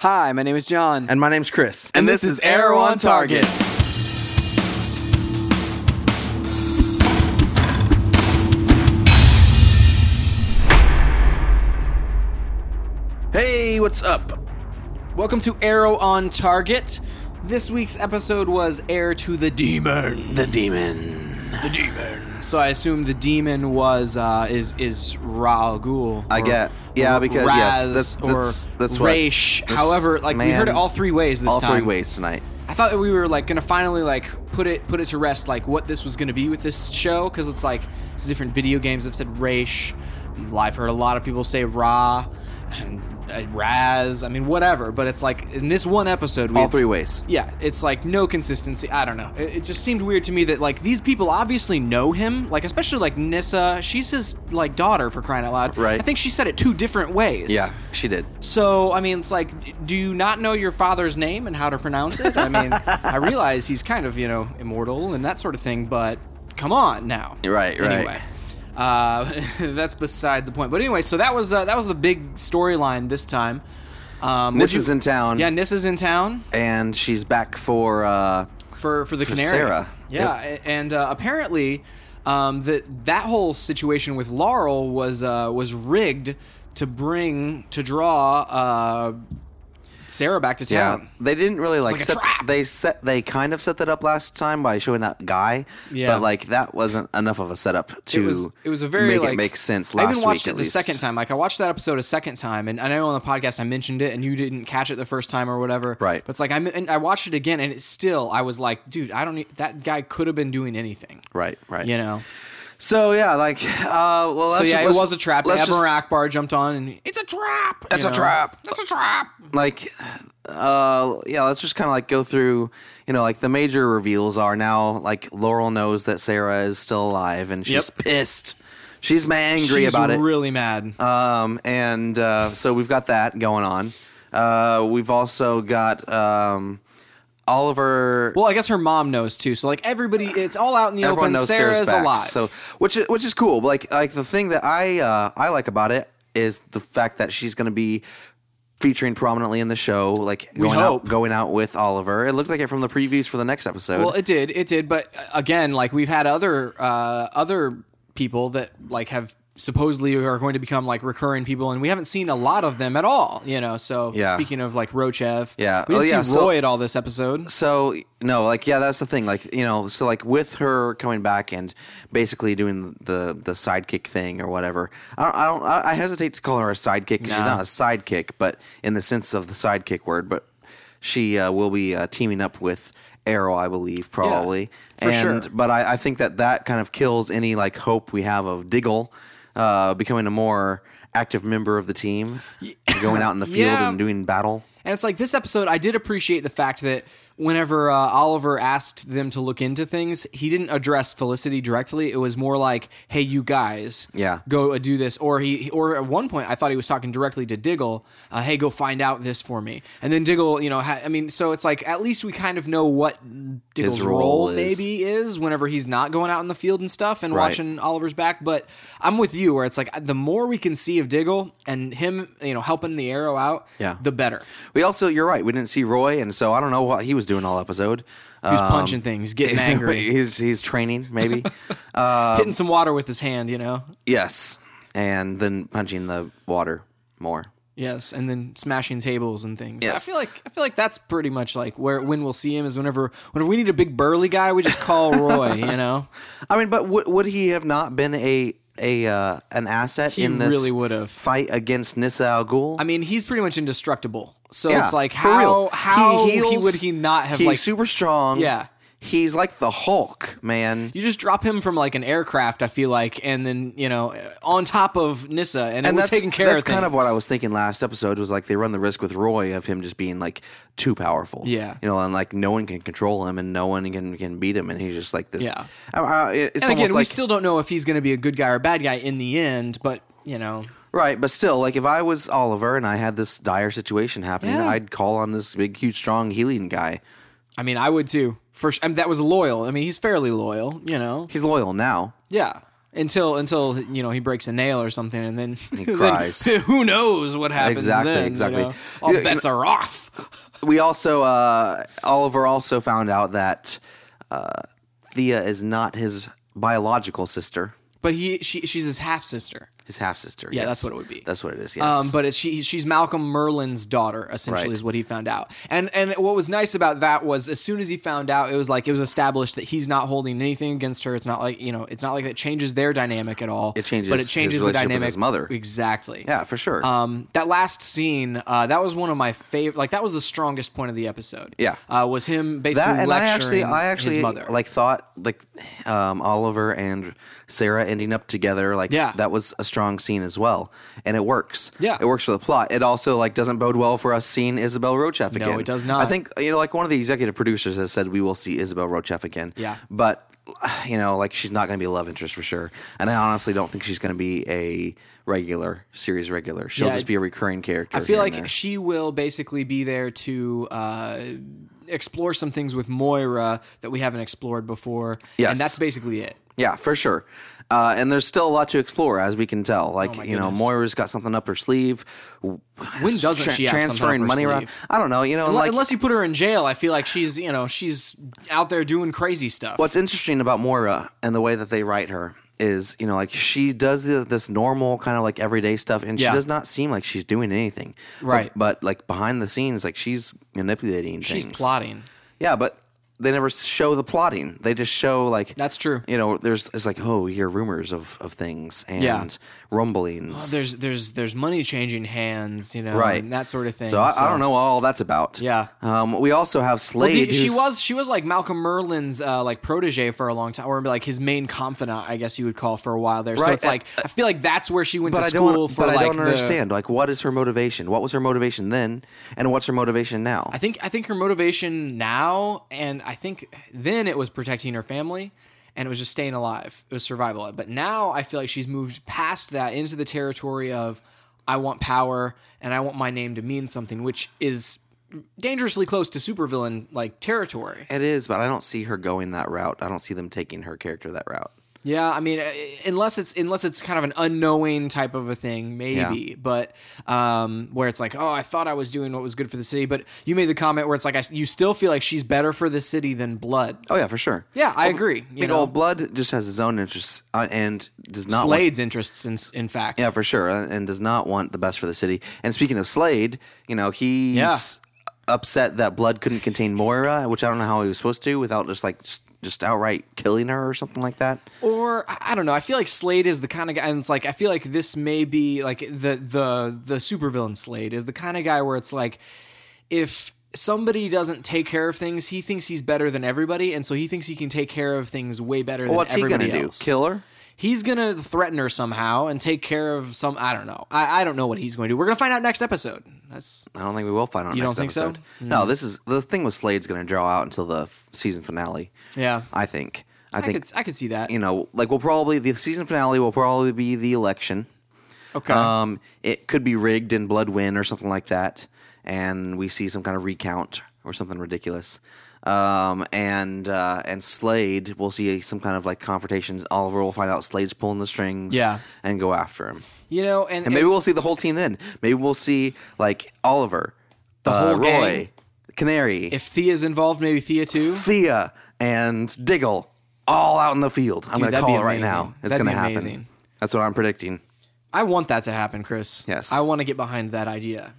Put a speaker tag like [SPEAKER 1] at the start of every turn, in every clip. [SPEAKER 1] Hi, my name is John.
[SPEAKER 2] And my name's Chris.
[SPEAKER 1] And this is Arrow on Target.
[SPEAKER 2] Hey, what's up?
[SPEAKER 1] Welcome to Arrow on Target. This week's episode was Heir to the Demon.
[SPEAKER 2] The demon.
[SPEAKER 1] So I assume the demon was uh, is is Raul Ghul.
[SPEAKER 2] I
[SPEAKER 1] or-
[SPEAKER 2] get- yeah,
[SPEAKER 1] or
[SPEAKER 2] because,
[SPEAKER 1] Raz
[SPEAKER 2] yes, that's-
[SPEAKER 1] or
[SPEAKER 2] that's- that's what
[SPEAKER 1] Raish.
[SPEAKER 2] this
[SPEAKER 1] However, like we heard it
[SPEAKER 2] man-
[SPEAKER 1] all three ways this
[SPEAKER 2] All
[SPEAKER 1] time.
[SPEAKER 2] three ways tonight.
[SPEAKER 1] I thought that we were like gonna finally like put it put it to rest like what this was gonna be with this show because it's like it's different video games have said Raish. I've heard a lot of people say Ra and uh, Raz. I mean whatever, but it's like in this one episode we
[SPEAKER 2] All
[SPEAKER 1] have-
[SPEAKER 2] three ways.
[SPEAKER 1] Yeah, it's like no consistency. I don't know. It, it just seemed weird to me that like these people obviously know him. Like especially like Nissa, she's his like daughter for crying out loud.
[SPEAKER 2] Right.
[SPEAKER 1] I think she said it two different ways.
[SPEAKER 2] Yeah, she did.
[SPEAKER 1] So, I mean, it's like, do you not know your father's name and how to pronounce it? I mean, I realize he's kind of, you know, immortal and that sort of thing, but come on now.
[SPEAKER 2] Right, right.
[SPEAKER 1] Anyway. Uh, that's beside the point. But anyway, so that was uh, that was the big storyline this time. Um,
[SPEAKER 2] This
[SPEAKER 1] would
[SPEAKER 2] is in town,
[SPEAKER 1] Yeah, Nissa's in town
[SPEAKER 2] and she's back for. uh
[SPEAKER 1] for for the canary.
[SPEAKER 2] Sarah.
[SPEAKER 1] Yeah, a- and uh, apparently, um, that that whole situation with Laurel was uh, was rigged to bring to draw uh, Sarah back to
[SPEAKER 2] Yeah,
[SPEAKER 1] town.
[SPEAKER 2] they didn't really like,
[SPEAKER 1] like a
[SPEAKER 2] set.
[SPEAKER 1] trap.
[SPEAKER 2] They set. They kind of set that up last time by showing that guy.
[SPEAKER 1] Yeah.
[SPEAKER 2] but like that wasn't enough of a setup to.
[SPEAKER 1] It was it was a very
[SPEAKER 2] make
[SPEAKER 1] like
[SPEAKER 2] it make sense.
[SPEAKER 1] I
[SPEAKER 2] Last
[SPEAKER 1] even watched
[SPEAKER 2] week,
[SPEAKER 1] it
[SPEAKER 2] at
[SPEAKER 1] the
[SPEAKER 2] least.
[SPEAKER 1] second time. Like I watched that episode a second time, and I know on the podcast I mentioned it, and you didn't catch it the first time or whatever.
[SPEAKER 2] Right.
[SPEAKER 1] But it's like I and I watched it again, and it's still I was like, dude, I don't need that guy could have been doing anything.
[SPEAKER 2] Right, right.
[SPEAKER 1] You know.
[SPEAKER 2] So yeah, like uh, well, let's
[SPEAKER 1] So
[SPEAKER 2] ju-
[SPEAKER 1] yeah, it
[SPEAKER 2] let's-
[SPEAKER 1] was a trap.
[SPEAKER 2] let's
[SPEAKER 1] Admiral
[SPEAKER 2] just-
[SPEAKER 1] Akbar jumped on, and it's a trap.
[SPEAKER 2] It's
[SPEAKER 1] you
[SPEAKER 2] a trap.
[SPEAKER 1] It's a trap.
[SPEAKER 2] like uh yeah let's just kind of like go through you know like the major reveals are now like laurel knows that sarah is still alive and she's
[SPEAKER 1] Yep.
[SPEAKER 2] pissed she's mad angry
[SPEAKER 1] She's
[SPEAKER 2] about it
[SPEAKER 1] Really mad.
[SPEAKER 2] um and uh so we've got that going on uh we've also got um oliver
[SPEAKER 1] well, I guess her mom knows too. So like everybody, it's all out in the
[SPEAKER 2] everyone
[SPEAKER 1] open.
[SPEAKER 2] knows
[SPEAKER 1] Sarah's
[SPEAKER 2] back,
[SPEAKER 1] alive.
[SPEAKER 2] so which is, which is cool. But like like the thing that I uh, I like about it is the fact that she's going to be featuring prominently in the show, like going out
[SPEAKER 1] hope.
[SPEAKER 2] going out with Oliver. It looked like it from the previews for the next episode.
[SPEAKER 1] Well, it did, it did. But uh, again, like we've had other uh, other people that like have supposedly are going to become like recurring people, and we haven't seen a lot of them at all. You know, so
[SPEAKER 2] Yeah.
[SPEAKER 1] speaking of like Rochev,
[SPEAKER 2] Yeah.
[SPEAKER 1] we didn't
[SPEAKER 2] Oh, yeah,
[SPEAKER 1] see
[SPEAKER 2] so-
[SPEAKER 1] Roy at all this episode.
[SPEAKER 2] so no, like yeah, that's the thing. Like you know, so like with her coming back and basically doing the the sidekick thing or whatever. I don't I, don't, I I hesitate to call her a sidekick. 'cause She's not a sidekick, but in the sense of the sidekick word. But she uh, will be uh, teaming up with Arrow, I believe, probably.
[SPEAKER 1] for
[SPEAKER 2] and
[SPEAKER 1] sure.
[SPEAKER 2] but I, I think that that kind of kills any like hope we have of Diggle uh, becoming a more active member of the team, going out in the field
[SPEAKER 1] Yeah.
[SPEAKER 2] and doing battle.
[SPEAKER 1] And it's like this episode, I did appreciate the fact that whenever uh, Oliver asked them to look into things, he didn't address Felicity directly. It was more like, "Hey, you guys,
[SPEAKER 2] Yeah.
[SPEAKER 1] go uh, do this." Or he, or at one point, I thought he was talking directly to Diggle. Uh, hey, go find out this for me. And then Diggle, you know, ha- I mean, so it's like at least we kind of know what Diggle's
[SPEAKER 2] role
[SPEAKER 1] role,
[SPEAKER 2] is.
[SPEAKER 1] maybe is whenever he's not going out in the field and stuff and
[SPEAKER 2] Right.
[SPEAKER 1] watching Oliver's back. But I'm with you, where it's like the more we can see of Diggle and him, you know, helping the arrow out,
[SPEAKER 2] Yeah.
[SPEAKER 1] the better.
[SPEAKER 2] We also, you're right. We didn't see Roy, and so I don't know what he was doing all episode. Uh,
[SPEAKER 1] He
[SPEAKER 2] Um,
[SPEAKER 1] was punching things, getting angry,
[SPEAKER 2] he's he's training, maybe. uh,
[SPEAKER 1] hitting some water with his hand, you know?
[SPEAKER 2] yes, and then punching the water more.
[SPEAKER 1] Yes, and then smashing tables and things. I
[SPEAKER 2] Yes.
[SPEAKER 1] feel like I feel like that's pretty much like where when we'll see him is whenever whenever we need a big burly guy, we just call Roy, you know?
[SPEAKER 2] I mean, but would would he have not been a a uh, an asset in this
[SPEAKER 1] really would've.
[SPEAKER 2] fight against Nissa Al Ghul?
[SPEAKER 1] I mean, he's pretty much indestructible. So it's like
[SPEAKER 2] for real.
[SPEAKER 1] how how he
[SPEAKER 2] heals,
[SPEAKER 1] would he not have
[SPEAKER 2] He's
[SPEAKER 1] like
[SPEAKER 2] super strong.
[SPEAKER 1] Yeah.
[SPEAKER 2] he's like the Hulk, man.
[SPEAKER 1] you just drop him from like an aircraft, I feel like, and then you know, on top of Nissa, and,
[SPEAKER 2] and
[SPEAKER 1] we're
[SPEAKER 2] that's
[SPEAKER 1] taking care
[SPEAKER 2] that's
[SPEAKER 1] of
[SPEAKER 2] kind of what
[SPEAKER 1] things.
[SPEAKER 2] I was thinking last episode was like they run the risk with Roy of him just being like too powerful.
[SPEAKER 1] Yeah.
[SPEAKER 2] you know, and like no one can control him and no one can can beat him, and he's just like this.
[SPEAKER 1] Yeah.
[SPEAKER 2] I- I- it's
[SPEAKER 1] And
[SPEAKER 2] almost
[SPEAKER 1] again,
[SPEAKER 2] like
[SPEAKER 1] we still don't know if he's going to be a good guy or a bad guy in the end, but you know,
[SPEAKER 2] right, but still, like if I was Oliver and I had this dire situation happening,
[SPEAKER 1] Yeah.
[SPEAKER 2] I'd call on this big, huge, strong healing guy.
[SPEAKER 1] I mean, I would too. For sh- I mean, that was loyal. I mean, he's fairly loyal, you know.
[SPEAKER 2] He's loyal now.
[SPEAKER 1] Yeah, until until you know he breaks a nail or something, and then he
[SPEAKER 2] cries.
[SPEAKER 1] who knows what happens?
[SPEAKER 2] Exactly,
[SPEAKER 1] then, you
[SPEAKER 2] exactly.
[SPEAKER 1] know? All
[SPEAKER 2] You- you
[SPEAKER 1] bets are off.
[SPEAKER 2] We also uh, Oliver also found out that uh, Thea is not his biological sister,
[SPEAKER 1] But he she she's his half sister.
[SPEAKER 2] his half sister.
[SPEAKER 1] Yeah, that's what it would be.
[SPEAKER 2] That's what it is. Yes.
[SPEAKER 1] Um, but it's, she, she's Malcolm Merlin's daughter, essentially,
[SPEAKER 2] Right.
[SPEAKER 1] is what he found out. And and what was nice about that was as soon as he found out, it was like it was established that he's not holding anything against her. It's not like you know, it's not like it changes their dynamic at all. It
[SPEAKER 2] changes
[SPEAKER 1] but it
[SPEAKER 2] his
[SPEAKER 1] changes the
[SPEAKER 2] relationship with
[SPEAKER 1] dynamic
[SPEAKER 2] his mother.
[SPEAKER 1] Exactly.
[SPEAKER 2] yeah, for sure.
[SPEAKER 1] Um, that last scene, uh, that was one of my favorite. Like that was the strongest point of the episode.
[SPEAKER 2] Yeah.
[SPEAKER 1] uh, was him basically
[SPEAKER 2] that and I
[SPEAKER 1] lecturing
[SPEAKER 2] actually, I actually
[SPEAKER 1] his mother.
[SPEAKER 2] like thought like um, Oliver and Sarah ending up together. Like
[SPEAKER 1] Yeah.
[SPEAKER 2] that was a strong scene as well, and it works.
[SPEAKER 1] Yeah.
[SPEAKER 2] it works for the plot. It also like doesn't bode well for us seeing Isabel Rochef again.
[SPEAKER 1] it does not.
[SPEAKER 2] I think you know, like one of the executive producers has said we will see Isabel Rochef again.
[SPEAKER 1] Yeah.
[SPEAKER 2] but you know, like she's not going to be a love interest for sure, and I honestly don't think she's going to be a regular series regular. She'll
[SPEAKER 1] Yeah.
[SPEAKER 2] just be a recurring character.
[SPEAKER 1] I feel
[SPEAKER 2] here
[SPEAKER 1] like
[SPEAKER 2] and there.
[SPEAKER 1] she will basically be there to uh, explore some things with Moira that we haven't explored before.
[SPEAKER 2] Yes.
[SPEAKER 1] And that's basically it.
[SPEAKER 2] Yeah, for sure. Uh, and there's still a lot to explore, as we can tell. Like, you know,
[SPEAKER 1] Oh goodness.
[SPEAKER 2] Moira's got something up her sleeve. When
[SPEAKER 1] doesn't she have something
[SPEAKER 2] transferring
[SPEAKER 1] up her
[SPEAKER 2] money around?
[SPEAKER 1] sleeve?
[SPEAKER 2] I don't know. You know,
[SPEAKER 1] Unle-
[SPEAKER 2] like
[SPEAKER 1] Unless you put her in jail, I feel like she's, you know, she's out there doing crazy stuff.
[SPEAKER 2] what's interesting about Moira and the way that they write her is, you know, like she does this, this normal kind of like everyday stuff, and
[SPEAKER 1] Yeah.
[SPEAKER 2] she does not seem like she's doing anything. But-
[SPEAKER 1] Right.
[SPEAKER 2] But, like behind the scenes, like she's manipulating.
[SPEAKER 1] She's
[SPEAKER 2] things.
[SPEAKER 1] plotting.
[SPEAKER 2] Yeah, but they never show the plotting. They just show like
[SPEAKER 1] That's true.
[SPEAKER 2] You know, there's it's like oh, you hear rumors of of things and
[SPEAKER 1] Yeah.
[SPEAKER 2] rumblings.
[SPEAKER 1] There's there's there's money changing hands, you know,
[SPEAKER 2] Right.
[SPEAKER 1] and that sort of thing.
[SPEAKER 2] So I, I don't know what all that's about.
[SPEAKER 1] Yeah.
[SPEAKER 2] Um, we also have Slade.
[SPEAKER 1] Well, the- she
[SPEAKER 2] who's-
[SPEAKER 1] was she was like Malcolm Merlin's uh, like protege for a long time, or like his main confidant, I guess you would call for a while there. So
[SPEAKER 2] Right, uh,
[SPEAKER 1] it's like I feel like that's where she went
[SPEAKER 2] But
[SPEAKER 1] to
[SPEAKER 2] I
[SPEAKER 1] school
[SPEAKER 2] don't.
[SPEAKER 1] for
[SPEAKER 2] But
[SPEAKER 1] like
[SPEAKER 2] I don't
[SPEAKER 1] the-
[SPEAKER 2] understand. Like, what is her motivation? What was her motivation then, and what's her motivation now?
[SPEAKER 1] I think I think her motivation now, and I think then it was protecting her family, and it was just staying alive. It was survival. But now I feel like she's moved past that into the territory of I want power and I want my name to mean something, which is dangerously close to supervillain like territory.
[SPEAKER 2] it is, but I don't see her going that route. I don't see them taking her character that route.
[SPEAKER 1] Yeah, I mean, uh, unless it's unless it's kind of an unknowing type of a thing, maybe. But um, where it's like, oh, I thought I was doing what was good for the city, but you made the comment where it's like, I, s- you still feel like she's better for the city than blood.
[SPEAKER 2] Oh yeah, for sure.
[SPEAKER 1] Yeah, I agree. You
[SPEAKER 2] Big
[SPEAKER 1] know,
[SPEAKER 2] old blood just has his own interests uh, and does not want
[SPEAKER 1] Slade's interests, in, in fact.
[SPEAKER 2] Yeah, for sure, and and does not want the best for the city. And speaking of Slade, you know he's
[SPEAKER 1] Yeah.
[SPEAKER 2] upset that blood couldn't contain Moira, which I don't know how he was supposed to without just like just, just outright killing her or something like that.
[SPEAKER 1] Or I I don't know. I feel like Slade is the kind of guy, and it's like I feel like this may be like the the the supervillain Slade is the kind of guy where it's like if somebody doesn't take care of things, he thinks he's better than everybody, and so he thinks he can take care of things way better
[SPEAKER 2] What's
[SPEAKER 1] than
[SPEAKER 2] he
[SPEAKER 1] everybody
[SPEAKER 2] gonna do?
[SPEAKER 1] else.
[SPEAKER 2] Kill her?
[SPEAKER 1] He's gonna threaten her somehow and take care of some. I don't know. I, I don't know what he's going to do. We're gonna find out next episode. That's
[SPEAKER 2] I don't think we will find out. You
[SPEAKER 1] don't
[SPEAKER 2] next
[SPEAKER 1] think so? Hmm.
[SPEAKER 2] episode. No, this is the thing with Slade's going to draw out until the f- season finale.
[SPEAKER 1] yeah. I,
[SPEAKER 2] I think. I, think
[SPEAKER 1] could I could see that.
[SPEAKER 2] you know, like we'll probably the season finale will probably be the election.
[SPEAKER 1] okay.
[SPEAKER 2] Um, it could be rigged in Blood Win or something like that, and we see some kind of recount or something ridiculous. Um, and uh, and Slade, we'll see some kind of like confrontations. Oliver will find out Slade's pulling the strings,
[SPEAKER 1] Yeah.
[SPEAKER 2] and go after him.
[SPEAKER 1] you know, and,
[SPEAKER 2] And maybe we'll see the whole team then. Maybe we'll see like Oliver, the
[SPEAKER 1] whole
[SPEAKER 2] Roy,
[SPEAKER 1] gang.
[SPEAKER 2] Canary,
[SPEAKER 1] if Thea's involved, maybe Thea too.
[SPEAKER 2] Thea, and Diggle all out in the field. I'm gonna
[SPEAKER 1] that'd
[SPEAKER 2] call
[SPEAKER 1] be
[SPEAKER 2] it right
[SPEAKER 1] amazing.
[SPEAKER 2] now. It's
[SPEAKER 1] That'd
[SPEAKER 2] gonna
[SPEAKER 1] be
[SPEAKER 2] happen.
[SPEAKER 1] amazing.
[SPEAKER 2] That's what I'm predicting.
[SPEAKER 1] I want that to happen, Chris.
[SPEAKER 2] Yes.
[SPEAKER 1] I want to get behind that idea.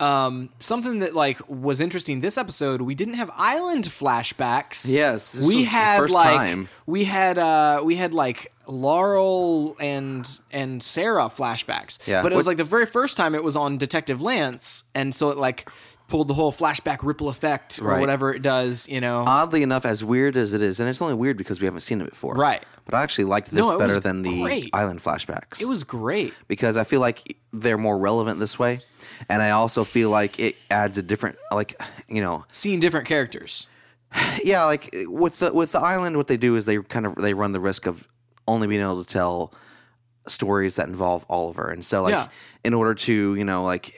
[SPEAKER 1] Um, something that like was interesting this episode, we didn't have island flashbacks.
[SPEAKER 2] Yes, this
[SPEAKER 1] we
[SPEAKER 2] was the
[SPEAKER 1] had
[SPEAKER 2] first
[SPEAKER 1] like
[SPEAKER 2] time.
[SPEAKER 1] we had uh we had like Laurel and and Sarah flashbacks.
[SPEAKER 2] Yeah.
[SPEAKER 1] But it was
[SPEAKER 2] What-
[SPEAKER 1] like the very first time it was on Detective Lance, and so it like pulled the whole flashback ripple effect or
[SPEAKER 2] Right. Uh,
[SPEAKER 1] whatever it does, you know.
[SPEAKER 2] Oddly enough, as weird as it is, and it's only weird because we haven't seen it before.
[SPEAKER 1] Right.
[SPEAKER 2] But I actually liked this
[SPEAKER 1] No, it
[SPEAKER 2] better
[SPEAKER 1] was
[SPEAKER 2] than the
[SPEAKER 1] great.
[SPEAKER 2] island flashbacks.
[SPEAKER 1] it was great.
[SPEAKER 2] because I feel like they're more relevant this way. And I also feel like it adds a different like you know
[SPEAKER 1] Seeing different characters.
[SPEAKER 2] yeah like with the with the island what they do is they kind of they run the risk of only being able to tell stories that involve oliver and so like
[SPEAKER 1] Yeah.
[SPEAKER 2] in order to you know like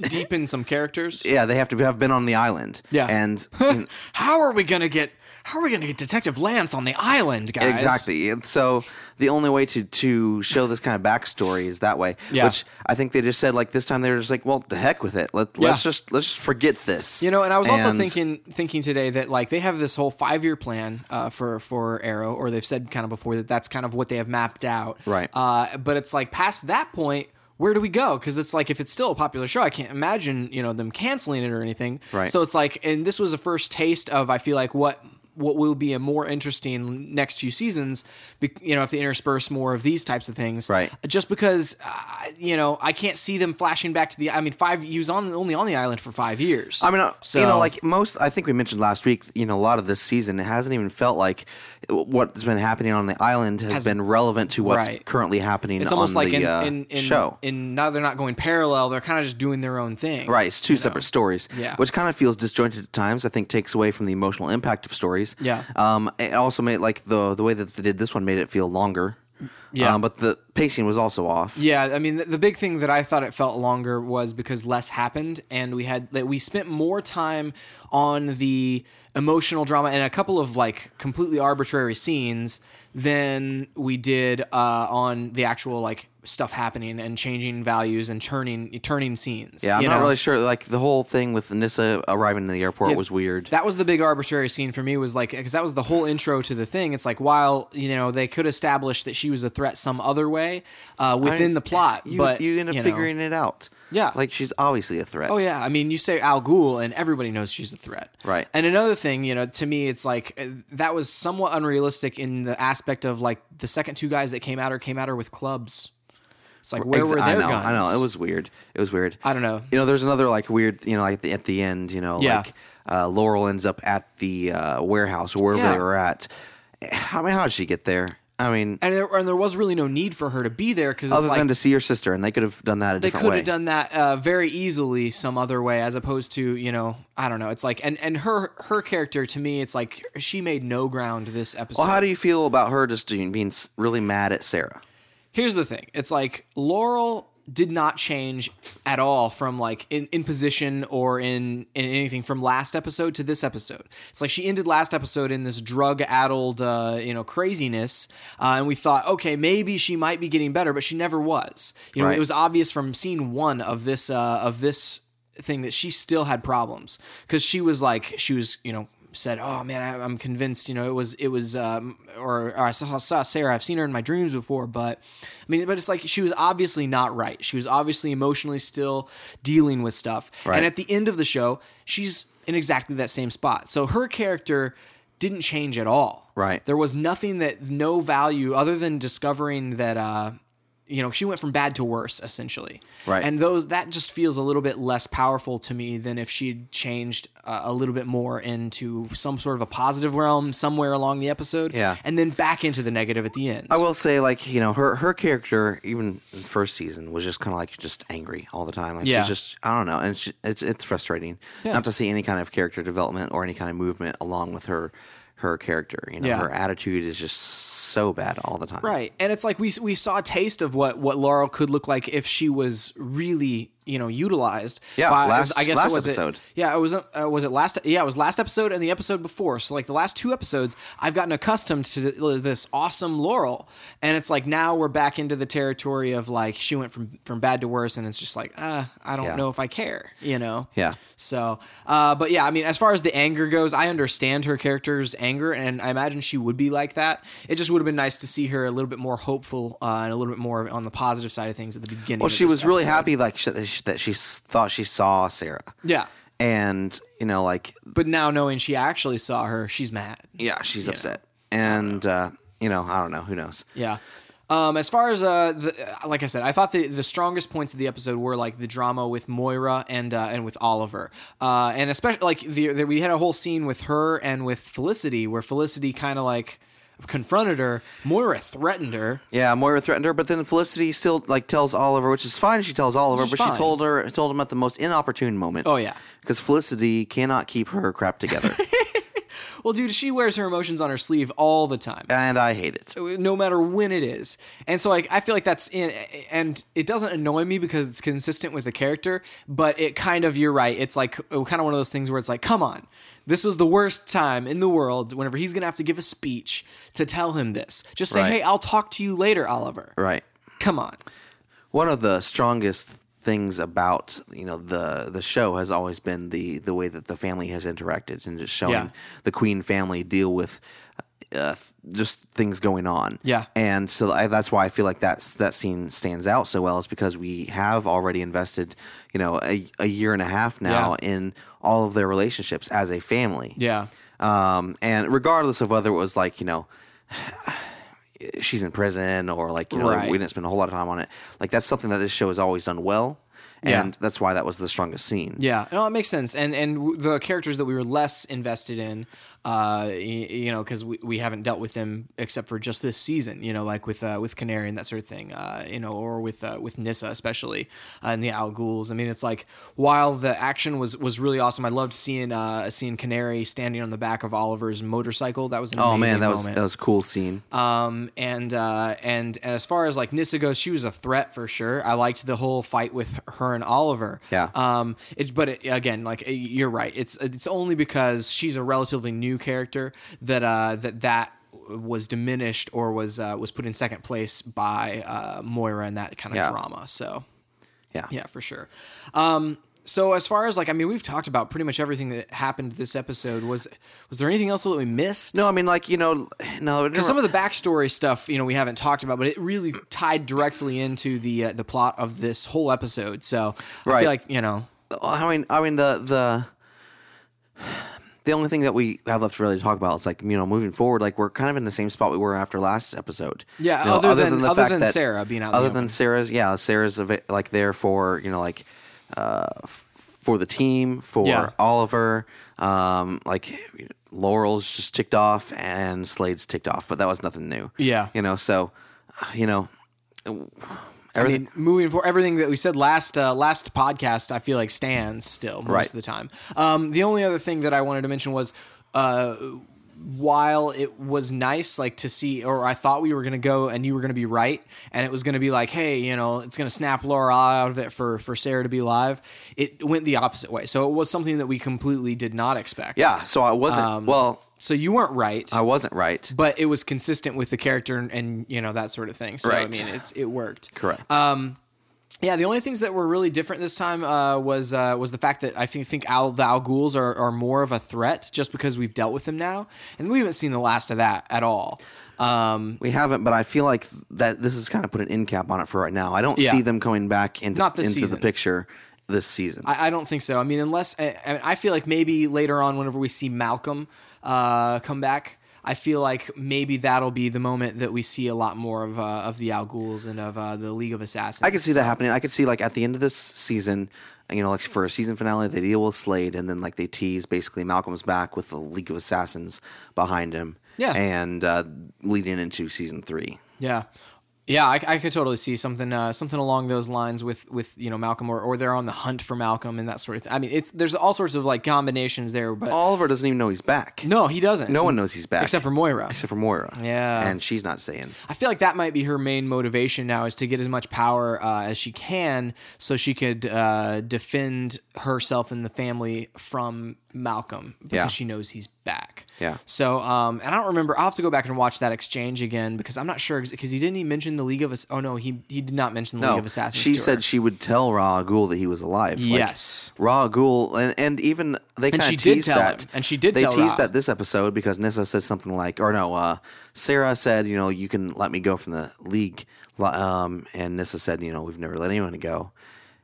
[SPEAKER 1] deepen some characters.
[SPEAKER 2] yeah, they have to have been on the island.
[SPEAKER 1] Yeah.
[SPEAKER 2] and in-
[SPEAKER 1] How are we gonna get? How are we gonna get Detective Lance on the island, guys?
[SPEAKER 2] Exactly. And so the only way to to show this kind of backstory is that way.
[SPEAKER 1] Yeah.
[SPEAKER 2] Which I think they just said like this time they were just like, well, to heck with it. Let let's
[SPEAKER 1] Yeah.
[SPEAKER 2] just let's just forget this.
[SPEAKER 1] You know, and I was also
[SPEAKER 2] And-
[SPEAKER 1] thinking thinking today that like they have this whole five year plan uh, for for Arrow, or they've said kind of before that that's kind of what they have mapped out.
[SPEAKER 2] Right.
[SPEAKER 1] Uh, but it's like past that point, where do we go? Because it's like if it's still a popular show, I can't imagine you know them canceling it or anything.
[SPEAKER 2] Right.
[SPEAKER 1] So it's like, and this was a first taste of I feel like what what will be a more interesting next few seasons be, you know if they intersperse more of these types of things
[SPEAKER 2] Right.
[SPEAKER 1] just because uh, you know i can't see them flashing back to the i mean five he was on only on the island for five years
[SPEAKER 2] I mean, uh,
[SPEAKER 1] so
[SPEAKER 2] you know, like most, I think we mentioned last week, you know, a lot of this season, it hasn't even felt like what's been happening on the island has, been relevant to what's
[SPEAKER 1] right.
[SPEAKER 2] currently happening
[SPEAKER 1] it's almost
[SPEAKER 2] on
[SPEAKER 1] like
[SPEAKER 2] the
[SPEAKER 1] in,
[SPEAKER 2] uh,
[SPEAKER 1] in, in
[SPEAKER 2] show.
[SPEAKER 1] In now they're not going parallel; they're kind of just doing their own thing.
[SPEAKER 2] Right, it's two separate stories,
[SPEAKER 1] Yeah.
[SPEAKER 2] which kind of feels disjointed at times. I think takes away from the emotional impact of stories.
[SPEAKER 1] Yeah.
[SPEAKER 2] um, it also made like the the way that they did this one made it feel longer.
[SPEAKER 1] Yeah.
[SPEAKER 2] um, but the pacing was also off.
[SPEAKER 1] Yeah, I mean, the, the big thing that I thought it felt longer was because less happened, and we had that we spent more time on the emotional drama and a couple of like completely arbitrary scenes than we did uh, on the actual like stuff happening and changing values and turning turning scenes.
[SPEAKER 2] Yeah, I'm
[SPEAKER 1] you
[SPEAKER 2] not
[SPEAKER 1] know?
[SPEAKER 2] really sure. Like the whole thing with Nissa arriving in the airport was weird.
[SPEAKER 1] That was the big arbitrary scene for me was like because that was the whole intro to the thing. It's like while you know they could establish that she was a threat some other way uh, within the plot,
[SPEAKER 2] you,
[SPEAKER 1] but
[SPEAKER 2] you end up
[SPEAKER 1] know.
[SPEAKER 2] figuring it out.
[SPEAKER 1] Yeah.
[SPEAKER 2] like she's obviously a threat.
[SPEAKER 1] Oh yeah, I mean, you say Al Ghul, and everybody knows she's a threat.
[SPEAKER 2] Right.
[SPEAKER 1] And another thing, you know, to me, it's like uh, that was somewhat unrealistic in the aspect of like the second two guys that came at her came at her with clubs. It's like where
[SPEAKER 2] Ex-
[SPEAKER 1] were their
[SPEAKER 2] I know,
[SPEAKER 1] guns?
[SPEAKER 2] I know. It was weird. It was weird.
[SPEAKER 1] I don't know.
[SPEAKER 2] You know, there's another like weird. You know, like the, at the end, you know,
[SPEAKER 1] Yeah.
[SPEAKER 2] like uh, Laurel ends up at the uh, warehouse or wherever
[SPEAKER 1] Yeah.
[SPEAKER 2] they were at. I mean, how did she get there? I mean,
[SPEAKER 1] and there, and there was really no need for her to be there because it's
[SPEAKER 2] other
[SPEAKER 1] like
[SPEAKER 2] than to see her sister, and they could have done that a
[SPEAKER 1] they
[SPEAKER 2] different
[SPEAKER 1] could
[SPEAKER 2] way.
[SPEAKER 1] have done that uh, very easily some other way as opposed to you know i don't know it's like and and her her character to me it's like she made no ground this episode
[SPEAKER 2] well, how do you feel about her just doing, being s- really mad at Sarah?
[SPEAKER 1] here's the thing it's like laurel did not change at all from like in, in position or in, in anything from last episode to this episode it's like she ended last episode in this drug addled uh, you know craziness uh, and we thought okay maybe she might be getting better but she never was you know
[SPEAKER 2] Right.
[SPEAKER 1] it was obvious from scene one of this uh, of this thing that she still had problems because she was like she was you know said oh man I, i'm convinced you know it was it was um or, or i saw, saw sarah i've seen her in my dreams before but i mean but it's like she was obviously not right she was obviously emotionally still dealing with stuff
[SPEAKER 2] Right.
[SPEAKER 1] and at the end of the show she's in exactly that same spot so her character didn't change at all
[SPEAKER 2] Right.
[SPEAKER 1] there was nothing that no value other than discovering that uh you know she went from bad to worse essentially
[SPEAKER 2] Right.
[SPEAKER 1] and those that just feels a little bit less powerful to me than if she'd changed uh, a little bit more into some sort of a positive realm somewhere along the episode
[SPEAKER 2] Yeah.
[SPEAKER 1] and then back into the negative at the end
[SPEAKER 2] I will say, like you know, her her character even in the first season was just kind of like just angry all the time. Like
[SPEAKER 1] Yeah.
[SPEAKER 2] she's just I don't know, and she, it's it's frustrating not to see any kind of character development or any kind of movement along with her her character. You know,
[SPEAKER 1] Yeah.
[SPEAKER 2] her attitude is just so bad all the time.
[SPEAKER 1] Right, and it's like we we saw a taste of what what Laurel could look like if she was really you know utilized.
[SPEAKER 2] Yeah, last-
[SPEAKER 1] I guess
[SPEAKER 2] last
[SPEAKER 1] it was
[SPEAKER 2] episode.
[SPEAKER 1] It, yeah, it was uh, was it last? Yeah, it was last episode and the episode before. So like the last two episodes, I've gotten accustomed to th- this awesome Laurel, and it's like now we're back into the territory of like she went from from bad to worse, and it's just like uh, I don't
[SPEAKER 2] Yeah.
[SPEAKER 1] know if I care, you know.
[SPEAKER 2] Yeah.
[SPEAKER 1] So, uh, but yeah, I mean, as far as the anger goes, I understand her character's anger, and I imagine she would be like that. It just would have been nice to see her a little bit more hopeful uh, and a little bit more on the positive side of things at the beginning.
[SPEAKER 2] Well,
[SPEAKER 1] of
[SPEAKER 2] she
[SPEAKER 1] this
[SPEAKER 2] was really
[SPEAKER 1] episode.
[SPEAKER 2] happy like she, that she- that she s- thought she saw Sarah.
[SPEAKER 1] Yeah,
[SPEAKER 2] And you know, like
[SPEAKER 1] but now knowing she actually saw her, she's mad.
[SPEAKER 2] yeah, she's upset, and uh, you know, I don't know, who knows.
[SPEAKER 1] Yeah. Um, as far as uh, the, like I said, I thought the, the strongest points of the episode were like the drama with Moira and uh, and with Oliver, uh, and especially like the, the we had a whole scene with her and with Felicity where Felicity kind of like confronted her, Moira threatened her,
[SPEAKER 2] Yeah, Moira threatened her, but then Felicity still like tells Oliver, which is fine. She tells Oliver,
[SPEAKER 1] is
[SPEAKER 2] but
[SPEAKER 1] fine.
[SPEAKER 2] she told her told him at the most inopportune moment.
[SPEAKER 1] Oh, yeah.
[SPEAKER 2] because Felicity cannot keep her crap together.
[SPEAKER 1] Well, dude, she wears her emotions on her sleeve all the time.
[SPEAKER 2] and I hate it.
[SPEAKER 1] no matter when it is. And so like I feel like that's in and it doesn't annoy me because it's consistent with the character, but it kind of you're right. It's like kind of one of those things where it's like, come on. This was the worst time in the world whenever he's going to have to give a speech to tell him this. Just say,
[SPEAKER 2] Right.
[SPEAKER 1] "Hey, I'll talk to you later, Oliver."
[SPEAKER 2] Right.
[SPEAKER 1] Come on.
[SPEAKER 2] One of the strongest things about you know the the show has always been the the way that the family has interacted and just showing
[SPEAKER 1] Yeah.
[SPEAKER 2] the Queen family deal with. Uh, just things going on,
[SPEAKER 1] Yeah.
[SPEAKER 2] and so I, that's why I feel like that's that scene stands out so well is because we have already invested, you know, a, a year and a half now in all of their relationships as a family,
[SPEAKER 1] Yeah.
[SPEAKER 2] um, and regardless of whether it was like you know she's in prison or like you know
[SPEAKER 1] Right.
[SPEAKER 2] we didn't spend a whole lot of time on it like that's something that this show has always done well
[SPEAKER 1] Yeah.
[SPEAKER 2] and that's why that was the strongest scene
[SPEAKER 1] Yeah, no, it makes sense. And and w- the characters that we were less invested in, uh, y- you know, because we, we haven't dealt with them except for just this season. You know, like with uh, with Canary and that sort of thing. Uh, you know, or with uh, with Nissa especially uh, and the Al Ghouls. I mean, it's like while the action was was really awesome, I loved seeing uh, seeing Canary standing on the back of Oliver's motorcycle. That was an
[SPEAKER 2] oh
[SPEAKER 1] amazing
[SPEAKER 2] man that was
[SPEAKER 1] moment.
[SPEAKER 2] that was a cool scene
[SPEAKER 1] Um, and, uh, and, and as far as like Nissa goes, she was a threat for sure. I liked the whole fight with her and Oliver.
[SPEAKER 2] Yeah.
[SPEAKER 1] Um, it, but it, again, like you're right. It's, it's only because she's a relatively new character that, uh, that, that was diminished or was, uh, was put in second place by, uh, Moira and that kind of
[SPEAKER 2] Yeah.
[SPEAKER 1] drama. So,
[SPEAKER 2] yeah
[SPEAKER 1] yeah, for sure. Um, so as far as like, I mean, we've talked about pretty much everything that happened this episode. Was, was there anything else that we missed?
[SPEAKER 2] no i mean like you know no it
[SPEAKER 1] Because some of the backstory stuff, you know, we haven't talked about, but it really tied directly into the uh, the plot of this whole episode. So I
[SPEAKER 2] Right.
[SPEAKER 1] feel like you know,
[SPEAKER 2] I mean, I mean the the the only thing that we have left really to talk about is like you know moving forward, like we're kind of in the same spot we were after last episode.
[SPEAKER 1] Yeah,
[SPEAKER 2] You know,
[SPEAKER 1] other than- other than Sarah being out in the
[SPEAKER 2] Other than Sarah's, yeah, Sarah's a bit, like there for you know like uh, f- for the team for
[SPEAKER 1] Yeah.
[SPEAKER 2] Oliver, um, like Laurel's just ticked off and Slade's ticked off, but that was nothing new.
[SPEAKER 1] Yeah.
[SPEAKER 2] you know, so you know everything.
[SPEAKER 1] moving for everything that we said last uh, last podcast, I feel like stands still most
[SPEAKER 2] Right.
[SPEAKER 1] of the time. Um, the only other thing that I wanted to mention was. Uh, while it was nice like to see or i thought we were going to go and you were going to be right and it was going to be like hey you know it's going to snap laura out of it for for sarah to be alive it went the opposite way so it was something that we completely did not expect
[SPEAKER 2] yeah, so I wasn't.
[SPEAKER 1] um,
[SPEAKER 2] well,
[SPEAKER 1] so you weren't right
[SPEAKER 2] I wasn't right.
[SPEAKER 1] but it was consistent with the character and, and you know that sort of thing so i
[SPEAKER 2] Right.
[SPEAKER 1] mean it's it worked
[SPEAKER 2] Correct.
[SPEAKER 1] Um, yeah the only things that were really different this time uh, was uh, was the fact that i think, think al the al ghouls are, are more of a threat just because we've dealt with them now and we haven't seen the last of that at all um,
[SPEAKER 2] We haven't, but I feel like that this is kind of put an end cap on it for right now. I don't
[SPEAKER 1] Yeah.
[SPEAKER 2] see them coming back into,
[SPEAKER 1] Not this
[SPEAKER 2] into
[SPEAKER 1] season.
[SPEAKER 2] the picture this season.
[SPEAKER 1] I, I don't think so i mean unless I, I mean, I feel like maybe later on whenever we see malcolm uh, come back I feel like maybe that'll be the moment that we see a lot more of uh, of the Al Ghouls and of uh, the League of Assassins.
[SPEAKER 2] I could see that happening. I could see like at the end of this season, you know, like for a season finale, they deal with Slade, and then like they tease basically Malcolm's back with the League of Assassins behind him,
[SPEAKER 1] Yeah.
[SPEAKER 2] and uh, leading into season three.
[SPEAKER 1] Yeah. Yeah, I, I could totally see something uh, something along those lines with with you know Malcolm or, or they're on the hunt for Malcolm and that sort of thing. I mean, it's there's all sorts of like combinations there, but
[SPEAKER 2] Oliver doesn't even know he's back.
[SPEAKER 1] no, he doesn't.
[SPEAKER 2] no one knows he's back
[SPEAKER 1] except for Moira.
[SPEAKER 2] except for Moira.
[SPEAKER 1] Yeah.
[SPEAKER 2] and she's not saying.
[SPEAKER 1] I feel like that might be her main motivation now is to get as much power uh, as she can, so she could uh, defend herself and the family from Malcolm because
[SPEAKER 2] Yeah.
[SPEAKER 1] she knows he's back.
[SPEAKER 2] Yeah.
[SPEAKER 1] So, um, and I don't remember. I'll have to go back and watch that exchange again because I'm not sure because he didn't he mention the League of Ass- Oh no, he he did not mention the League
[SPEAKER 2] No,
[SPEAKER 1] of Assassins.
[SPEAKER 2] she
[SPEAKER 1] to her.
[SPEAKER 2] said she would tell Ra Ghul that he was alive. Like,
[SPEAKER 1] Yes.
[SPEAKER 2] Ra Ghul, and, and even they kind
[SPEAKER 1] she
[SPEAKER 2] of
[SPEAKER 1] did
[SPEAKER 2] teased
[SPEAKER 1] tell
[SPEAKER 2] that.
[SPEAKER 1] him, and she did
[SPEAKER 2] They
[SPEAKER 1] tell Ra.
[SPEAKER 2] teased that this episode because Nissa said something like, or no, uh, Sarah said, you know, you can let me go from the league, Li- um, and Nissa said, you know, we've never let anyone go,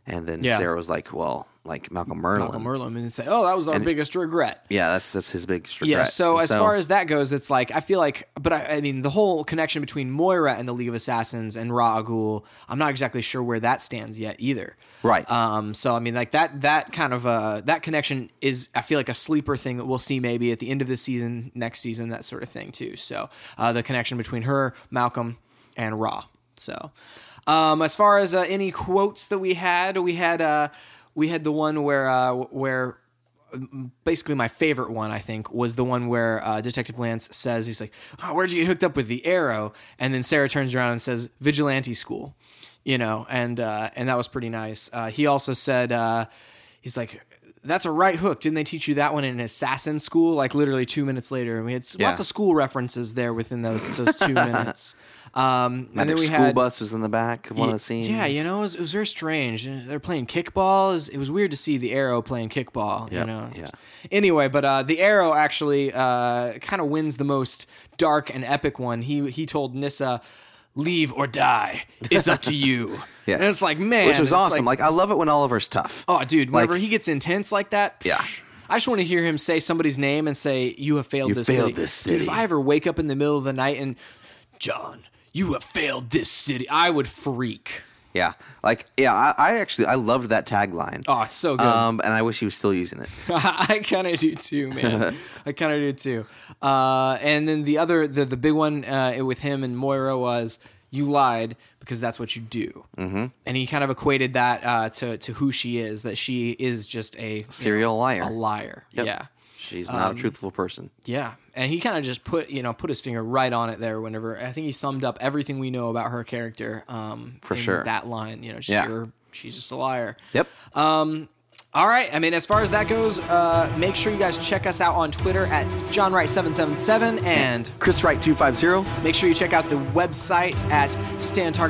[SPEAKER 2] and then
[SPEAKER 1] Yeah.
[SPEAKER 2] Sarah was like, well, like Malcolm Merlin.
[SPEAKER 1] Malcolm Merlin and say, "Oh, that was our biggest regret."
[SPEAKER 2] Yeah, that's that's his big regret.
[SPEAKER 1] Yeah. So as
[SPEAKER 2] So-
[SPEAKER 1] far as that goes, it's like I feel like, but I, I mean, the whole connection between Moira and the League of Assassins and Ra Agul, I'm not exactly sure where that stands yet either.
[SPEAKER 2] Right.
[SPEAKER 1] Um. So I mean, like that that kind of uh that connection is I feel like a sleeper thing that we'll see maybe at the end of this season, next season, that sort of thing too. So uh, the connection between her, Malcolm, and Ra. So, um, as far as uh, any quotes that we had, we had uh, we had the one where uh, where basically my favorite one i think was the one where uh, detective lance says he's like oh, where'd you get hooked up with the arrow and then sarah turns around and says vigilante school you know and uh, and that was pretty nice uh, he also said uh, he's like that's a right hook didn't they teach you that one in an assassin school like literally two minutes later and we had s-
[SPEAKER 2] Yeah.
[SPEAKER 1] lots of school references there within those those two minutes um, and
[SPEAKER 2] And
[SPEAKER 1] then
[SPEAKER 2] their
[SPEAKER 1] we
[SPEAKER 2] school
[SPEAKER 1] had
[SPEAKER 2] bus was in the back of one of the
[SPEAKER 1] Ye-
[SPEAKER 2] scenes.
[SPEAKER 1] Yeah, you know, it was, it was very strange. They're playing kickball. It was, it was weird to see the arrow playing kickball. you
[SPEAKER 2] Yep,
[SPEAKER 1] know.
[SPEAKER 2] yeah.
[SPEAKER 1] Anyway, but uh, the arrow actually uh, kind of wins the most dark and epic one. He he told Nissa, "Leave or die. It's up to you."
[SPEAKER 2] Yes.
[SPEAKER 1] And it's like man,
[SPEAKER 2] which was
[SPEAKER 1] it's
[SPEAKER 2] awesome. Like, I love it when Oliver's tough.
[SPEAKER 1] oh, dude, whenever
[SPEAKER 2] like-
[SPEAKER 1] he gets intense like that.
[SPEAKER 2] Yeah.
[SPEAKER 1] psh, I just want to hear him say somebody's name and say, "You have failed
[SPEAKER 2] You
[SPEAKER 1] this
[SPEAKER 2] failed
[SPEAKER 1] city."
[SPEAKER 2] this
[SPEAKER 1] Dude, if
[SPEAKER 2] city.
[SPEAKER 1] I ever wake up in the middle of the night and John, you have failed this city, I would freak.
[SPEAKER 2] Yeah, like yeah, I, I actually I loved that tagline.
[SPEAKER 1] Oh, it's so good.
[SPEAKER 2] Um, and I wish he was still using it.
[SPEAKER 1] I kind of do too, man. I kind of do too. Uh, and then the other, the the big one uh, with him and Moira was you lied because that's what you do. Mm-hmm. And he kind of equated that uh, to to who she is. That she is just a
[SPEAKER 2] Serial liar.
[SPEAKER 1] a liar. Yeah.
[SPEAKER 2] She's not a truthful person.
[SPEAKER 1] Yeah, and he kind of just put you know put his finger right on it there. Whenever I think he summed up everything we know about her character, um, for
[SPEAKER 2] sure.
[SPEAKER 1] that line, you know, she's,
[SPEAKER 2] Yeah.
[SPEAKER 1] she's just a liar.
[SPEAKER 2] Yep.
[SPEAKER 1] Um, All right. I mean, as far as that goes, uh, make sure you guys check us out on Twitter at JohnWright777 and
[SPEAKER 2] Chris Wright two five zero.
[SPEAKER 1] make sure you check out the website at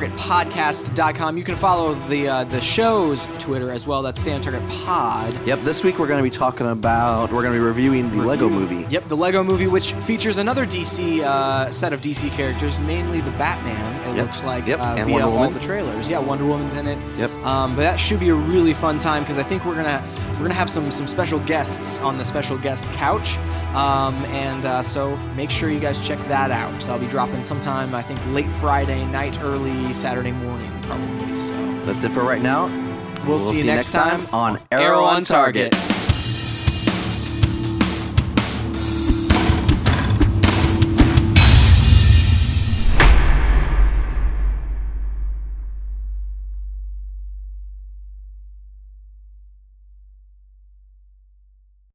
[SPEAKER 1] StandTargetPodcast.com. You can follow the uh, the show's Twitter as well. That's StandTargetPod.
[SPEAKER 2] Yep. This week we're going to be talking about we're going to be reviewing the Lego movie.
[SPEAKER 1] Yep, the Lego movie, which features another DC uh, set of DC characters, mainly the Batman, it
[SPEAKER 2] Yep.
[SPEAKER 1] looks like,
[SPEAKER 2] Yep,
[SPEAKER 1] uh,
[SPEAKER 2] and
[SPEAKER 1] via
[SPEAKER 2] Wonder
[SPEAKER 1] all
[SPEAKER 2] Woman.
[SPEAKER 1] the trailers. Yeah, Wonder Woman's in it.
[SPEAKER 2] Yep.
[SPEAKER 1] Um, but that should be a really fun time because I think we're gonna we're gonna have some some special guests on the special guest couch, um, and uh, so make sure you guys check that out. That'll be dropping sometime I think late Friday night, early Saturday morning, probably. So
[SPEAKER 2] That's it for right now.
[SPEAKER 1] we'll, see, you next time
[SPEAKER 2] on Arrow on Target.